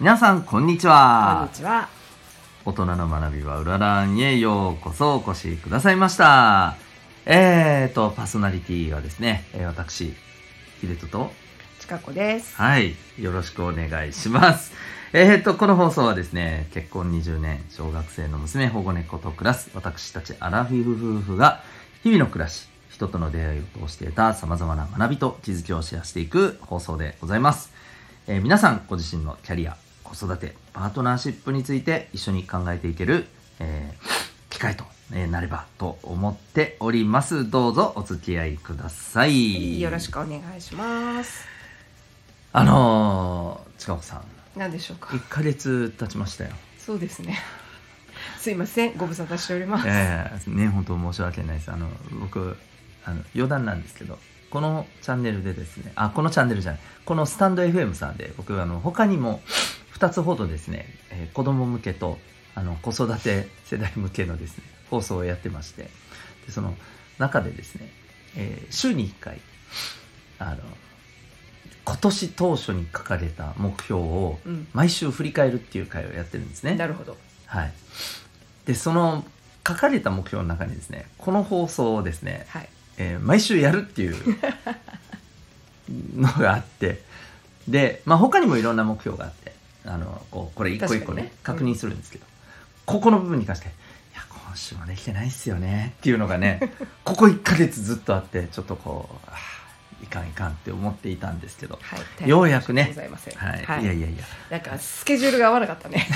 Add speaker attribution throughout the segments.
Speaker 1: 皆さんこんにち
Speaker 2: こん
Speaker 1: は
Speaker 2: にちは。
Speaker 1: 大人の学びはうららんへようこそお越しくださいましたえーとパーソナリティはですね、えー私ヒデトと
Speaker 2: ちかこです。
Speaker 1: はい。よろしくお願いします。えー、っと、この放送はですね、結婚20年、小学生の娘、保護猫と暮らす、私たちアラフィフ夫婦が、日々の暮らし、人との出会いを通して得た様々な学びと気づきをシェアしていく放送でございます。えー皆さん、ご自身のキャリア、子育て、パートナーシップについて一緒に考えていける、えー機会と、えーなればと思っております。どうぞお付き合いください。
Speaker 2: よろしくお願いします。
Speaker 1: あのー、近子さん、
Speaker 2: なんでしょうか
Speaker 1: 1。ヶ月経ちま したよ。
Speaker 2: そうですね。すいません、ご無沙汰しております。
Speaker 1: ええね、本当申し訳ないです。あの、僕、あの、余談なんですけど、このチャンネルでですね、あ、このチャンネルじゃない、このスタンド FM さんで、僕、あの、他にも2つほどですね、えー子供向けと、あの、子育て世代向けのですね、放送をやってまして、でその中でですね、えー週に1回、あの、今年当初に書かれた目標を
Speaker 2: うん。
Speaker 1: 毎週振り返るっていう会をやってるんですね。
Speaker 2: なるほど。
Speaker 1: はい、でその書かれた目標の中にですねこの放送をですね、
Speaker 2: はい。
Speaker 1: えー毎週やるっていうのがあってで、まあ、他にもいろんな目標があってあのこうこれ一個一個ね確
Speaker 2: 確かにね
Speaker 1: 認するんですけど、ここの部分に関して「いや今週もできてないっすよね」っていうのがねここ1ヶ月ずっとあってちょっとこうあーいかんいかんって思っていたんですけど、
Speaker 2: はい。
Speaker 1: ようやくね
Speaker 2: ございません。
Speaker 1: はいい、やいやいや
Speaker 2: なんかスケジュールが合わなかったね。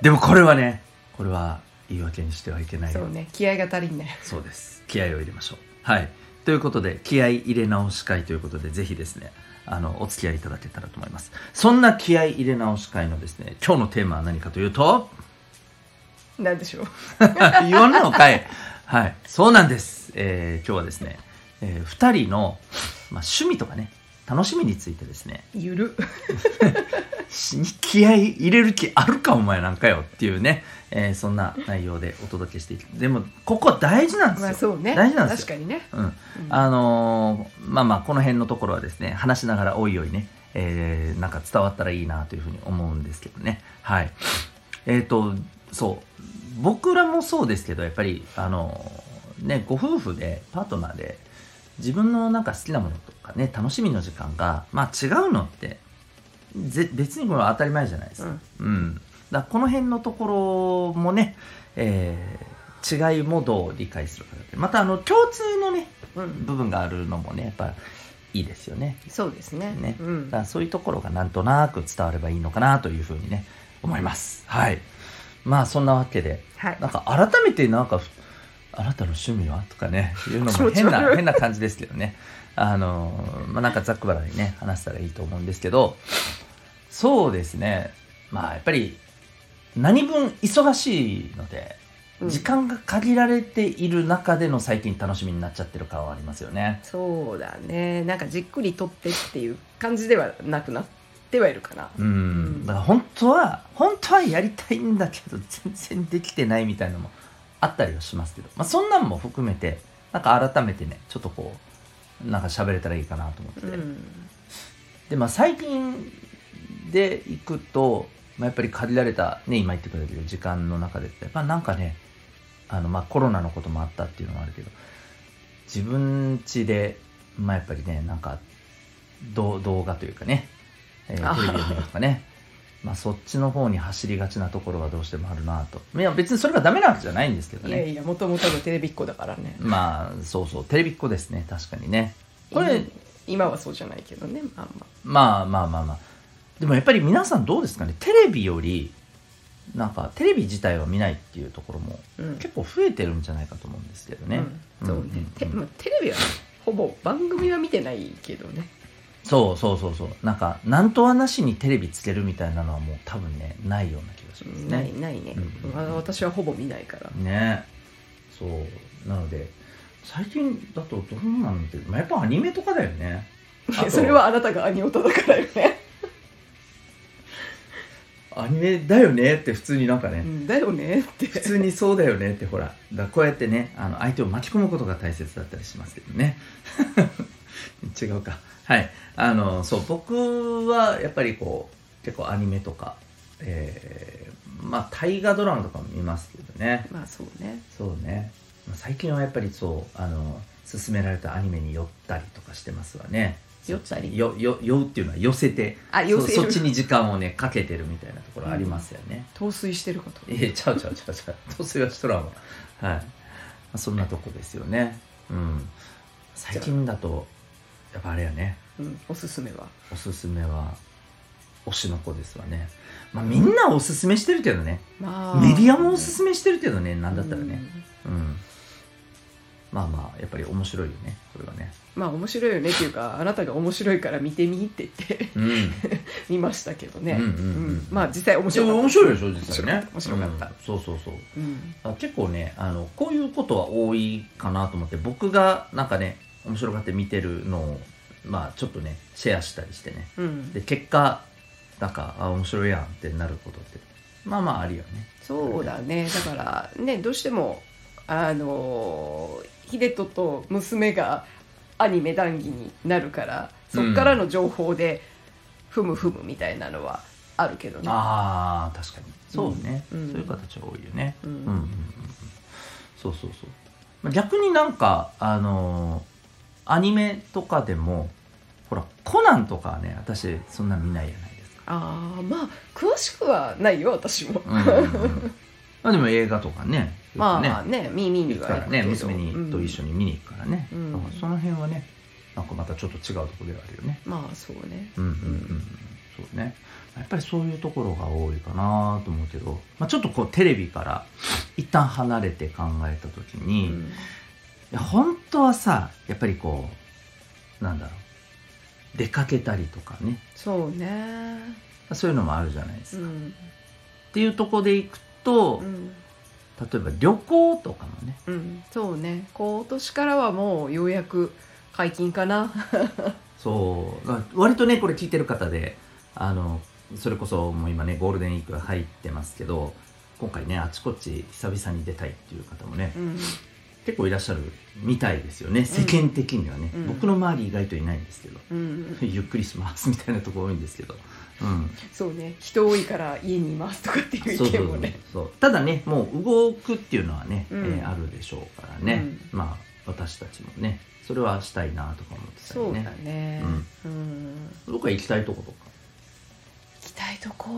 Speaker 1: でもこれはねこれは言い訳にしてはいけないよ
Speaker 2: そうね、気合が足りんね。
Speaker 1: そうです。気合を入れましょう。はい。ということで、気合入れ直し会ということで、ぜひですね、あの、お付き合いいただけたらと思います。そんな気合入れ直し会のですね、今日のテーマは何かというと、
Speaker 2: なんでしょう。
Speaker 1: 言わんのかい。はい。そうなんです。えー今日はですね、えー二人の、まあ、趣味とかね、楽しみについてですね、
Speaker 2: ゆる。
Speaker 1: し気合い入れる気あるかお前なんかよっていうね、えーそんな内容でお届けしていく。でも、ここ大事なんですよ。
Speaker 2: まあそうね。
Speaker 1: 大事なんですよ
Speaker 2: 確。かにね。
Speaker 1: うん。
Speaker 2: うん
Speaker 1: あのーまあまあこの辺のところはですね話しながらおいおいね、えーなんか伝わったらいいなというふうに思うんですけどねはいえっ、とそう僕らもそうですけどやっぱりあのーねご夫婦でパートナーで自分のなんか好きなものとかね楽しみの時間がまあ違うのってぜ別にこれは当たり前じゃないですか、うんだからこの辺のところもね、えー違いもどう理解するかだってまたあの共通のね
Speaker 2: うん。うん
Speaker 1: 部分があるのもねやっぱいいですよね
Speaker 2: そうですね。
Speaker 1: ね
Speaker 2: うん
Speaker 1: だか。らそういうところがなんとなく伝わればいいのかなというふうにね思いますはいまあそんなわけで
Speaker 2: はい
Speaker 1: なん。か改めてなんか「あなたの趣味は?」とかねいうの
Speaker 2: 気
Speaker 1: も
Speaker 2: 持ち
Speaker 1: 変
Speaker 2: 悪い
Speaker 1: な変な感じですけどねあのまあなんかざっくばらんにね話したらいいと思うんですけどそうですねまあやっぱり何分忙しいので
Speaker 2: うん
Speaker 1: 時間が限られている中での最近楽しみになっちゃってる感はありますよね。
Speaker 2: そうだね。なんかじっくりとってっていう感じではなくなってはいるかな。
Speaker 1: うん、だから本当は本当はやりたいんだけど全然できてないみたいなのもあったりはしますけど、まあ、そんなんも含めてなんか改めてねちょっとこうなんか喋れたらいいかなと思って、
Speaker 2: うん。
Speaker 1: でまあ最近で行くと、まあ、やっぱり限られたね今言ってくれてる時間の中でやっぱなんかねあのまあコロナのこともあったっていうのもあるけど自分家でまあやっぱりねなんかどう動画というかね、えー
Speaker 2: あ
Speaker 1: テレビを見るとかねまあそっちの方に走りがちなところはどうしてもあるなといや別にそれがダメなわけじゃないんですけど
Speaker 2: い
Speaker 1: ね
Speaker 2: やいやもともとのテレビっ子だからね
Speaker 1: まあそうそうテレビっ子ですね確かにねこれ、
Speaker 2: い今はそうじゃないけどねまあ
Speaker 1: ま
Speaker 2: ま
Speaker 1: あまあまあまあでもやっぱり皆さんどうですかねテレビよりなんかテレビ自体は見ないっていうところも
Speaker 2: あ、うん、
Speaker 1: 結構増えてるんじゃないかと思うんですけどね、
Speaker 2: うんそうね、
Speaker 1: うんうん
Speaker 2: てまあテレビはほぼ番組は見てないけどね
Speaker 1: そうそうそうそうなんかなんとはなしにテレビつけるみたいなのはもう多分ねないような気がしますね
Speaker 2: ないないね、
Speaker 1: うん
Speaker 2: わ私はほぼ見ないから
Speaker 1: ねそうなので最近だとどうなんで、まあ、やっぱアニメとかだよねあと
Speaker 2: それはあなたが兄弟だからよね、
Speaker 1: アニメだよねって普通になんかね、
Speaker 2: うん、だよねって
Speaker 1: 普通にそうだよねってほらだからこうやってねあの相手を巻き込むことが大切だったりしますけどね 違うかはいあのそう僕はやっぱりこう結構アニメとか、えーまあ大河ドラマとかも見ますけどね
Speaker 2: まあそうね
Speaker 1: そうねまあ最近はやっぱりそうあの勧められたアニメに寄ったりとかしてますわね
Speaker 2: 酔ったり
Speaker 1: よよ酔うっていうのは寄せて
Speaker 2: あ寄せる
Speaker 1: そそっちに時間をねかけてるみたいなところありますよね、
Speaker 2: 陶酔してるかと
Speaker 1: ええちゃうちゃうちゃうちゃうどうせはしとらんわはいまあそんなとこですよねうん最近だとやっぱあれやね
Speaker 2: うん、おすすめは
Speaker 1: おすすめは推しの子ですわねまあみんなおすすめしてるけどね
Speaker 2: ま
Speaker 1: メディアもおす
Speaker 2: す
Speaker 1: すめしてるけどねなんだったらね
Speaker 2: うん
Speaker 1: うんまあまあやっぱり面白いよねこれはね
Speaker 2: まあ面白いよねっていうかあなたが面白いから見てみって言って
Speaker 1: うん
Speaker 2: 見ましたけどね、
Speaker 1: うんうんうん
Speaker 2: まあ実際
Speaker 1: で
Speaker 2: 面
Speaker 1: も
Speaker 2: 白い
Speaker 1: 面白いでしょ実際ね
Speaker 2: 面白かった
Speaker 1: うんそうそうそう
Speaker 2: うん
Speaker 1: あ結構ねあのこういうことは多いかなと思って僕がなんかね面白がって見てるのをまあちょっとねシェアしたりしてね
Speaker 2: うん
Speaker 1: で結果なんかあ面白いやんってなることってまあまああるよね
Speaker 2: そうだねだからねどうしてもあのー秀人と娘がアニメ談義になるからそっからの情報でふむふむみたいなのはあるけどね、
Speaker 1: ああ確かにそうね、
Speaker 2: うん
Speaker 1: そういう形は多いよね
Speaker 2: うん
Speaker 1: うんうんうんうんそうそうそうまあ逆になんかあのーアニメとかでもほらコナンとかはね私そんな見ないじゃないですか
Speaker 2: あーまあ詳しくはないよ私も、
Speaker 1: うんうんうんまあでも映画とかねよくね
Speaker 2: まあね耳に
Speaker 1: 行く
Speaker 2: は
Speaker 1: か
Speaker 2: 行
Speaker 1: ら
Speaker 2: くけ
Speaker 1: ね
Speaker 2: ど
Speaker 1: 娘にと一緒に見に行くからね、
Speaker 2: うん
Speaker 1: だからその辺はねなんかまたちょっと違うところではあるよね
Speaker 2: うんまあそうね
Speaker 1: うんうんうんうんそうねやっぱりそういうところが多いかなと思うけど、まあ、ちょっとこうテレビから一旦離れて考えた時に、いや本当はさやっぱりこうなんだろう出かけたりとかね
Speaker 2: そうね
Speaker 1: そういうのもあるじゃないです
Speaker 2: う
Speaker 1: か、っ
Speaker 2: ん
Speaker 1: ていうところで行くと、
Speaker 2: うん
Speaker 1: 例えば旅行とかもね
Speaker 2: うんそうね今年からはもうようやく解禁かな
Speaker 1: そうまあ割とねこれ聞いてる方であのそれこそもう今ねゴールデンウィークが入ってますけど今回ねあちこち久々に出たいっていう方もね
Speaker 2: うん
Speaker 1: 結構いらっしゃるみたいですよね世間的にはね、
Speaker 2: うん
Speaker 1: 僕の周り意外といないんですけど、
Speaker 2: うん
Speaker 1: ゆっくりしますみたいなとこ多いんですけど、 う
Speaker 2: そうね人多いから家にいますとかってい
Speaker 1: ん、
Speaker 2: う
Speaker 1: そう
Speaker 2: 意
Speaker 1: そ
Speaker 2: 見
Speaker 1: う
Speaker 2: もね
Speaker 1: そうただねもう動くっていうのはね、
Speaker 2: うん
Speaker 1: えーあるでしょうからね、まあ私たちもねそれはしたいなとか思ってた
Speaker 2: そ
Speaker 1: り
Speaker 2: う
Speaker 1: ね
Speaker 2: だねうん、
Speaker 1: どっか行きたいとことか
Speaker 2: 行きたいとこ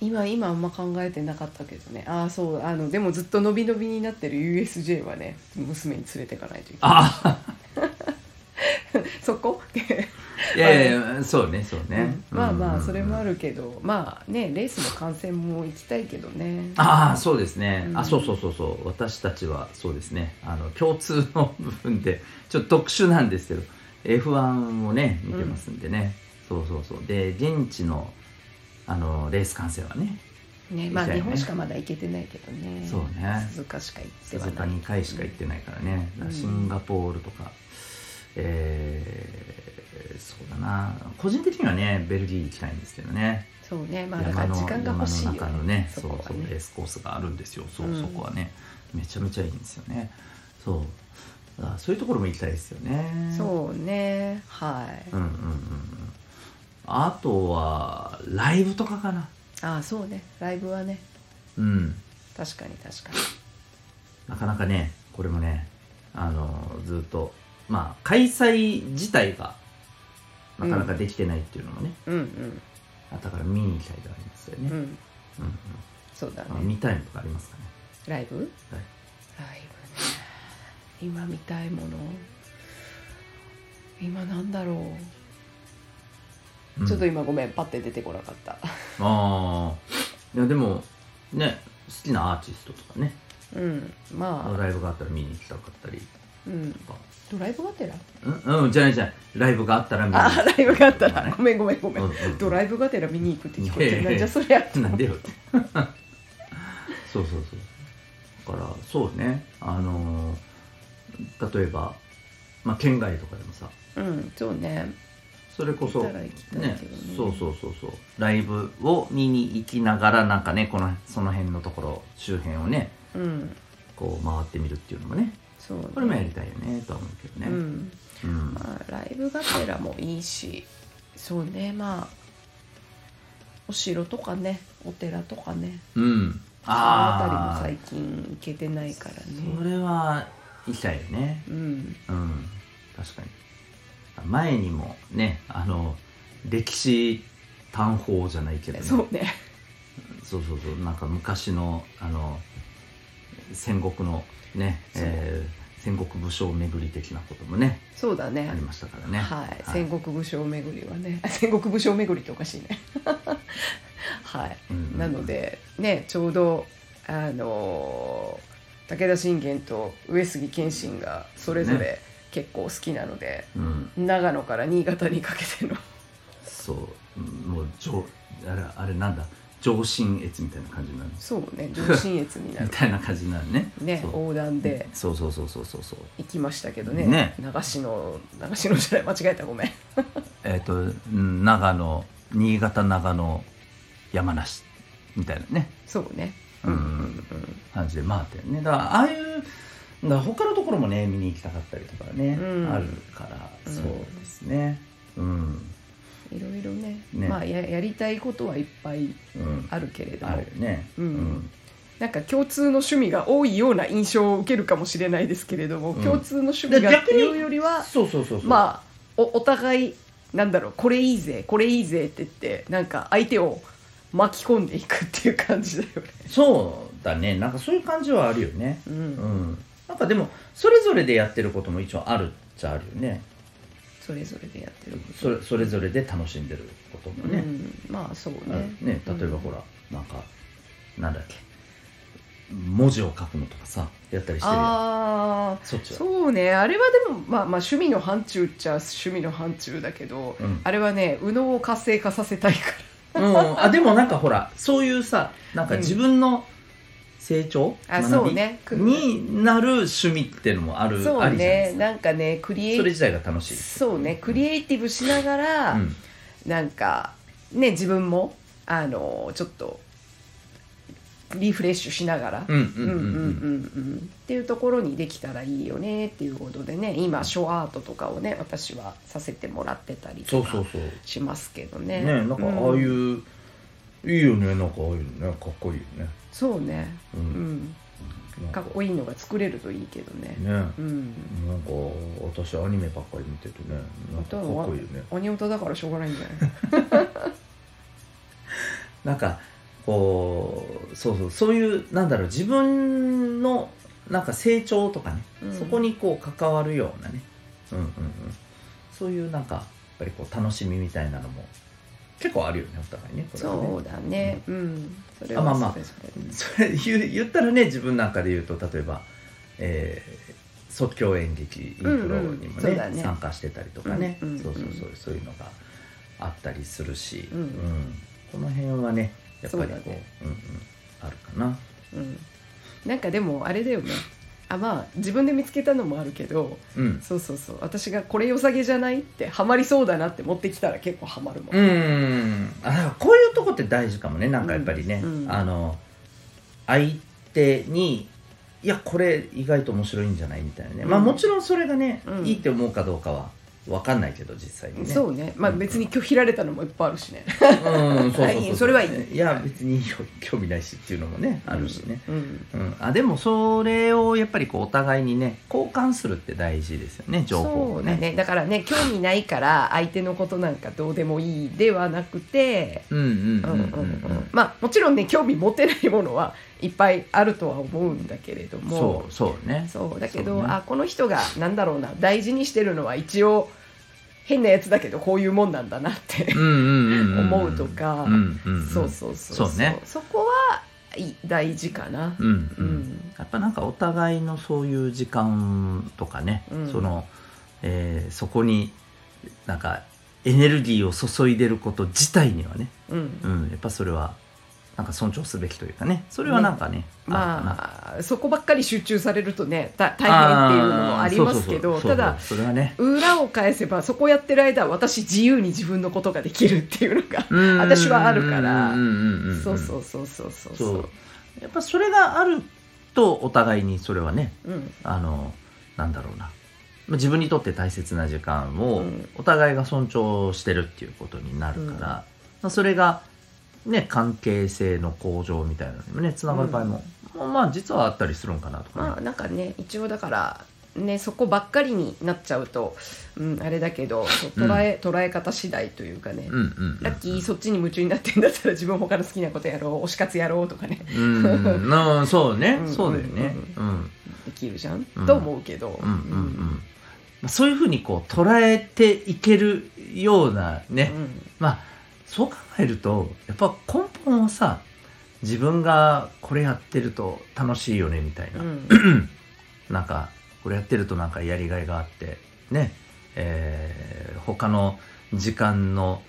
Speaker 2: 今今あんま考えてなかったけどねああそうあのでもずっと伸び伸びになってる USJ はね娘に連れてかないといけない
Speaker 1: ああ
Speaker 2: そこ
Speaker 1: いやいやいやそうねそうね、
Speaker 2: うんまあま
Speaker 1: う
Speaker 2: あ
Speaker 1: ん
Speaker 2: それもあるけどまあねレースの観戦も行きたいけどね
Speaker 1: ああそうですね、
Speaker 2: うん
Speaker 1: あそうそうそうそう私たちはそうですねあの共通の部分でちょっと特殊なんですけど F1 をね見てますんでね、そうそうそうで現地のあのレース観戦はね
Speaker 2: ねまあ
Speaker 1: 行きたいね
Speaker 2: 日本しかまだ行けてないけどね
Speaker 1: そうね
Speaker 2: 鈴鹿しか行っては
Speaker 1: 鈴鹿
Speaker 2: ない
Speaker 1: 2回しか行ってないからね、
Speaker 2: うん
Speaker 1: シンガポールとかえー、そうだな個人的にはねベルギー行きたいんですけどね
Speaker 2: そうねまあだ
Speaker 1: 山
Speaker 2: から
Speaker 1: の
Speaker 2: 時間が欲しいよ
Speaker 1: 山の中のね
Speaker 2: そ
Speaker 1: そ
Speaker 2: こ
Speaker 1: う
Speaker 2: は
Speaker 1: そうレー
Speaker 2: ね
Speaker 1: スコースがあるんですよそう、
Speaker 2: うん
Speaker 1: そこはねめちゃめちゃいいんですよねそうだからそういうところも行きたいですよね
Speaker 2: そうねはい、
Speaker 1: うんうんうんうんあとはライブとかかな
Speaker 2: ああそうねライブはね
Speaker 1: うん
Speaker 2: 確かに確か
Speaker 1: なかなかねこれもねあのずっとまあ開催自体がなかなかできてないっていうのもね、
Speaker 2: にうん
Speaker 1: あだから見に行きたいではありますよね
Speaker 2: うん、う
Speaker 1: う
Speaker 2: ん
Speaker 1: んうん
Speaker 2: そうだね
Speaker 1: あ見たいのとかありますかね
Speaker 2: ライブ
Speaker 1: はい
Speaker 2: ライブね今見たいもの今なんだろう、
Speaker 1: うん
Speaker 2: ちょっと今ごめんパッて出てこなかった
Speaker 1: ああいやでもね好きなアーティストとかね
Speaker 2: うんまあ
Speaker 1: ライブがあったら見に行きたかったり
Speaker 2: うん
Speaker 1: とか
Speaker 2: ドライブがてら
Speaker 1: うんうんじゃないじゃないライブがあったら見に
Speaker 2: あ
Speaker 1: 行
Speaker 2: ー
Speaker 1: く
Speaker 2: ライブがあった
Speaker 1: とかね
Speaker 2: らごめんごめんごめん、
Speaker 1: うんうん
Speaker 2: ドライブがてら見に行くって聞こえ
Speaker 1: いや
Speaker 2: て
Speaker 1: いや
Speaker 2: ないん
Speaker 1: や
Speaker 2: じゃそりゃって
Speaker 1: なんでよって そうそうそうだからそうねあのー例えば、まあ、県外とかでもさ
Speaker 2: うんそうね
Speaker 1: それこそ
Speaker 2: 行ったら行きたいけどね
Speaker 1: そうそうそうそうライブを見に行きながらなんかねこのその辺のところ周辺をね
Speaker 2: うん
Speaker 1: こう回ってみるっていうのもね
Speaker 2: そうね
Speaker 1: これもやりたいよねとは思うけどね、
Speaker 2: うん
Speaker 1: うん
Speaker 2: まあライブがてらもいいしそうねまあお城とかねお寺とかね
Speaker 1: うん
Speaker 2: あ
Speaker 1: あ
Speaker 2: の
Speaker 1: あ
Speaker 2: 辺りも最近行けてないから
Speaker 1: そ
Speaker 2: ね
Speaker 1: れは行きたいよね
Speaker 2: うん
Speaker 1: うん確かに前にもねあの歴史探訪じゃないけど、ね、
Speaker 2: そうね
Speaker 1: そうそうそうなんか昔のあの戦国のね、
Speaker 2: そう
Speaker 1: えー戦国武将巡り的なこともね
Speaker 2: そうだね
Speaker 1: ありましたからね
Speaker 2: はい、戦国武将巡りはね 戦国武将巡りっておかしい ねはい、
Speaker 1: うん
Speaker 2: なのでねちょうどあのー武田信玄と上杉謙信がそれぞれ
Speaker 1: ね
Speaker 2: 結構好きなので、
Speaker 1: うん
Speaker 2: 長野から新潟にかけての
Speaker 1: そううんもう上あれあれなんだ上信越みたいな感じになる
Speaker 2: そう ね上信越にな
Speaker 1: み
Speaker 2: る
Speaker 1: たいな感じになるね
Speaker 2: ね
Speaker 1: そう
Speaker 2: 横断で
Speaker 1: そうそうそうそうそうそう
Speaker 2: 行きましたけどね
Speaker 1: ね
Speaker 2: 長篠長篠じゃない間違えたごめん
Speaker 1: えっ、とうん長野新潟長野山梨みたいなね
Speaker 2: そうね
Speaker 1: うん
Speaker 2: うん
Speaker 1: 感じで回ってねだからああいうだから他のところもね見に行きたかったりとかね、
Speaker 2: うん
Speaker 1: あるから
Speaker 2: うん
Speaker 1: そうですねうん
Speaker 2: いろいろね
Speaker 1: ね
Speaker 2: まあややりたいことはいっぱい
Speaker 1: うん
Speaker 2: あるけれど
Speaker 1: あ
Speaker 2: も、
Speaker 1: るよね
Speaker 2: うんなんか共通の趣味が多いような印象を受けるかもしれないですけれども、
Speaker 1: うん
Speaker 2: 共通の趣味
Speaker 1: で
Speaker 2: がっ
Speaker 1: 逆
Speaker 2: て
Speaker 1: に
Speaker 2: いうよりは
Speaker 1: そうそうそうそうあ
Speaker 2: まあおお互いなんだろうこれいいぜこれいいぜって言ってなんか相手を巻き込んでいくっていう感じだよね。
Speaker 1: そうだねなんかそういう感じはあるよね
Speaker 2: う
Speaker 1: うん、
Speaker 2: ん、
Speaker 1: なんかでもそれぞれでやってることも一応あるっちゃあるよね
Speaker 2: それぞれでやってる
Speaker 1: それそれぞれで楽しんでることもね、
Speaker 2: うん、まあそうね
Speaker 1: あるね
Speaker 2: うん
Speaker 1: 例えばほら、なんかなんだっけ文字を書くのとかさやったりしてるやん
Speaker 2: ああ
Speaker 1: そっちは
Speaker 2: そうねあれはでも、まあ、まあ趣味の範疇っちゃ趣味の範疇だけど、
Speaker 1: うん
Speaker 2: あれはね右脳を活性化させたいから。
Speaker 1: うん、あでもなんかほらそういうさなんか
Speaker 2: うん
Speaker 1: 自分の成長、
Speaker 2: あ
Speaker 1: 学び
Speaker 2: そうね
Speaker 1: になる趣味っていうのもある
Speaker 2: そ
Speaker 1: あ
Speaker 2: う
Speaker 1: りじゃないで
Speaker 2: ね
Speaker 1: すか
Speaker 2: なんかねクリエイ
Speaker 1: それ自体が楽しい
Speaker 2: そうねクリエイティブしながら、
Speaker 1: うん
Speaker 2: なんかね自分もあのちょっとリフレッシュしながら、
Speaker 1: うんう
Speaker 2: うんん
Speaker 1: うん
Speaker 2: うんうん
Speaker 1: うん
Speaker 2: うんっていうところにできたらいいよねっていうことでね今ショーアートとかをね私はさせてもらってたり
Speaker 1: そ
Speaker 2: と
Speaker 1: うそう
Speaker 2: か
Speaker 1: そうね
Speaker 2: しますけどね。
Speaker 1: なんかああいうう、
Speaker 2: ん
Speaker 1: いいよねなんかああいうのねかっこいいよね
Speaker 2: そうね、
Speaker 1: う、
Speaker 2: うんん、
Speaker 1: なん
Speaker 2: かっこいいのが作れるといいけどね。
Speaker 1: ねなんか
Speaker 2: うん
Speaker 1: 私アニメばっかり見てるとねなんかかっこいいよね
Speaker 2: 鬼音だからしょうがないんじゃ ない
Speaker 1: なんかこうそうそうそういうなんだろう自分のなんか成長とかね、
Speaker 2: うん
Speaker 1: そこにこう関わるようなね、うんうんうん、そういうなんかやっぱりこう楽しみみたいなのも結構あるよねお互いねこれはね
Speaker 2: そうだねうんそれ
Speaker 1: あまあ
Speaker 2: は
Speaker 1: まあ
Speaker 2: それそれ
Speaker 1: それ言言ったらね自分なんかで言うと例えば、えー即興演劇インプロにもね,、
Speaker 2: うんうんそうだね
Speaker 1: 参加してたりとかね、
Speaker 2: うんうんうん
Speaker 1: そうそうそうそういうのがあったりするし、
Speaker 2: うん
Speaker 1: この辺はねやっぱりこ
Speaker 2: そう
Speaker 1: う
Speaker 2: だね
Speaker 1: うんうん、あるかな。
Speaker 2: うんなんかでもあれだよねあまあ自分で見つけたのもあるけど
Speaker 1: うん
Speaker 2: そうそうそう私がこれ良さげじゃないってハマりそうだなって持ってきたら結構ハマるもん、
Speaker 1: うんあだからこういうとこって大事かもねなんかやっぱりね、
Speaker 2: うんうん
Speaker 1: あの相手にいやこれ意外と面白いんじゃないみたいなね、まあ
Speaker 2: うん
Speaker 1: もちろんそれがね、
Speaker 2: うん
Speaker 1: いいって思うかどうかは分かんないけど実際にね
Speaker 2: そうねまあ
Speaker 1: うん
Speaker 2: 別に拒否られたのもいっぱいあるしね
Speaker 1: うんそうそう
Speaker 2: い
Speaker 1: そ
Speaker 2: いうそれはいい
Speaker 1: いや別に興興味ないしっていうのもねあるしね、
Speaker 2: うん
Speaker 1: うん、あでもそれをやっぱりこうお互いにね交換するって大事ですよね情報
Speaker 2: そ
Speaker 1: を
Speaker 2: うだねだからね興味ないから相手のことなんかどうでもいいではなくて
Speaker 1: うんうんう
Speaker 2: う
Speaker 1: んん
Speaker 2: う
Speaker 1: うんん
Speaker 2: う
Speaker 1: うん
Speaker 2: んまあもちろんね興味持てないものはいっぱいあるとは思うんだけれど
Speaker 1: そ
Speaker 2: も
Speaker 1: うそうね
Speaker 2: そうだけど、
Speaker 1: そうね
Speaker 2: あこの人がなんだろうな大事にしてるのは一応変なやつだけどこういうもんなんだなって、
Speaker 1: うんうんうんん
Speaker 2: 思うとか
Speaker 1: うんうんん
Speaker 2: そうそうそ
Speaker 1: そ
Speaker 2: う
Speaker 1: うね
Speaker 2: そこはい大事かな、
Speaker 1: うんうん、
Speaker 2: うん
Speaker 1: やっぱなんかお互いのそういう時間とかね、
Speaker 2: うん
Speaker 1: その、えーそこになんかエネルギーを注いでること自体にはね、
Speaker 2: うん
Speaker 1: うん、やっぱそれはなんか尊重すべきというかねそれはなんかねあ
Speaker 2: まあそこばっかり集中されるとねた
Speaker 1: る
Speaker 2: 大
Speaker 1: かな
Speaker 2: 変っていうのもありますけ
Speaker 1: あ
Speaker 2: ど
Speaker 1: ーそうそうそう
Speaker 2: ただ
Speaker 1: そうそうそれはね
Speaker 2: 裏を返せばそこやってる間は私自由に自分のことができるっていうのが、
Speaker 1: うん
Speaker 2: 私はあるから
Speaker 1: うんうんうんうん
Speaker 2: そうそうそうそうそう
Speaker 1: そ
Speaker 2: そう
Speaker 1: やっぱそれがあるとお互いにそれはね
Speaker 2: うん
Speaker 1: あのなんだろうなまあ自分にとって大切な時間
Speaker 2: う
Speaker 1: を
Speaker 2: ん
Speaker 1: お互いが尊重してるっていうことになるから、まあそれがね、関係性の向上みたいなのにもねつながる場合も、まあ実はあったりするんかなとかね、
Speaker 2: まあなんかね一応だからねそこばっかりになっちゃうと、うん、あれだけどそう捉え、捉え方次第というかね、
Speaker 1: うんうんうん
Speaker 2: ラッキーそっちに夢中になってんだったら自分他の好きなことやろう推し活やろうとかね
Speaker 1: うんうんうんそうね
Speaker 2: うんうんうん
Speaker 1: そうだよねうん
Speaker 2: できるじゃん、
Speaker 1: うん
Speaker 2: と思うけど、
Speaker 1: うんうんうんまあそういうふうにこう捉えていけるようなね、まあそう考えるとやっぱ根本はさ自分がこれやってると楽しいよねみたいな、
Speaker 2: うんうん
Speaker 1: なんかこれやってるとなんかやりがいがあってねえー他の時間の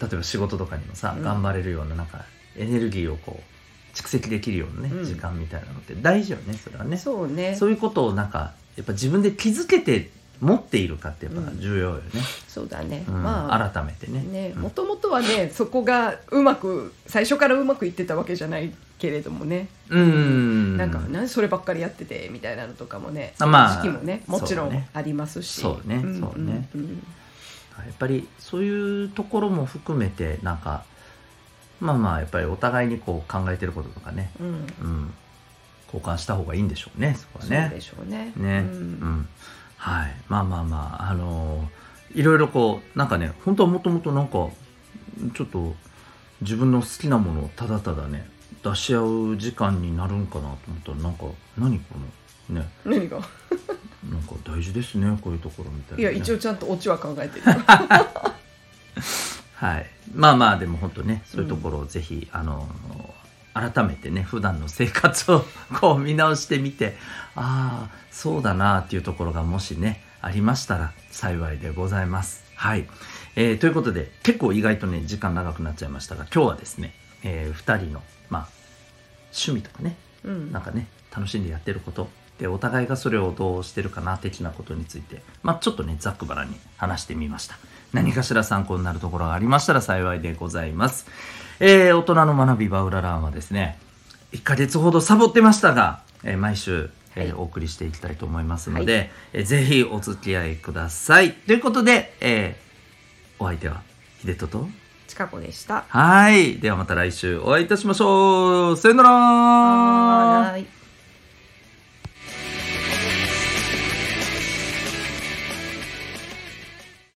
Speaker 1: 例えば仕事とかにもさ、
Speaker 2: うん
Speaker 1: 頑張れるようななんかエネルギーをこう蓄積できるようなね、
Speaker 2: うん
Speaker 1: 時間みたいなのって大事よねそれはね
Speaker 2: そうね
Speaker 1: そういうことをなんかやっぱ自分で気づけて持っているかってやっぱ重要よね、
Speaker 2: そうだね、
Speaker 1: うん
Speaker 2: まあ
Speaker 1: 改めてね
Speaker 2: ね
Speaker 1: うん
Speaker 2: もともとはねそこがうまく最初からうまくいってたわけじゃないけれどもね、
Speaker 1: うん
Speaker 2: なんか何そればっかりやっててみたいなのとかもね、
Speaker 1: あまあ
Speaker 2: 時期もねもちろ
Speaker 1: そうね
Speaker 2: んありますし
Speaker 1: そうね
Speaker 2: ん
Speaker 1: そうね
Speaker 2: うんうん
Speaker 1: やっぱりそういうところも含めてなんかまあまあやっぱりお互いにこう考えてることとかね、
Speaker 2: うん
Speaker 1: うん、交換した方がいいんでしょうねそこは
Speaker 2: そうで
Speaker 1: ね。
Speaker 2: しょうね
Speaker 1: ね、
Speaker 2: う
Speaker 1: うんんはいまあまあまああのーいろいろこうなんかね本当はもともとなんかちょっと自分の好きなものをただただね出し合う時間になるんかなと思ったらなんか何このね
Speaker 2: 何が
Speaker 1: なんか大事ですねこういうところみたい
Speaker 2: い
Speaker 1: な
Speaker 2: や
Speaker 1: ね、
Speaker 2: 一応ちゃんとオチは考えてる
Speaker 1: はい、まあまあでも本当ねそういうところをぜひ、あの改めてね普段の生活を こう見直してみてああそうだなっていうところがもしねありましたら幸いでございます。はい、えーということで結構意外とね時間長くなっちゃいましたが今日はですね、え2人の、まあ、趣味とかね
Speaker 2: うん
Speaker 1: なんかね楽しんでやってることでお互いがそれをどうしてるかな的なことについて、まあ、ちょっとねざっくばらんに話してみました何かしら参考になるところがありましたら幸いでございます、えー大人の学びバウラランはですね1ヶ月ほどサボってましたが、えー毎週、えー
Speaker 2: はい
Speaker 1: お送りしていきたいと思いますので、えーぜひお付き合いくださいということで、えーお相手は秀人と
Speaker 2: 近子でした
Speaker 1: はいではまた来週お会いいたしましょうさよなら
Speaker 2: はーい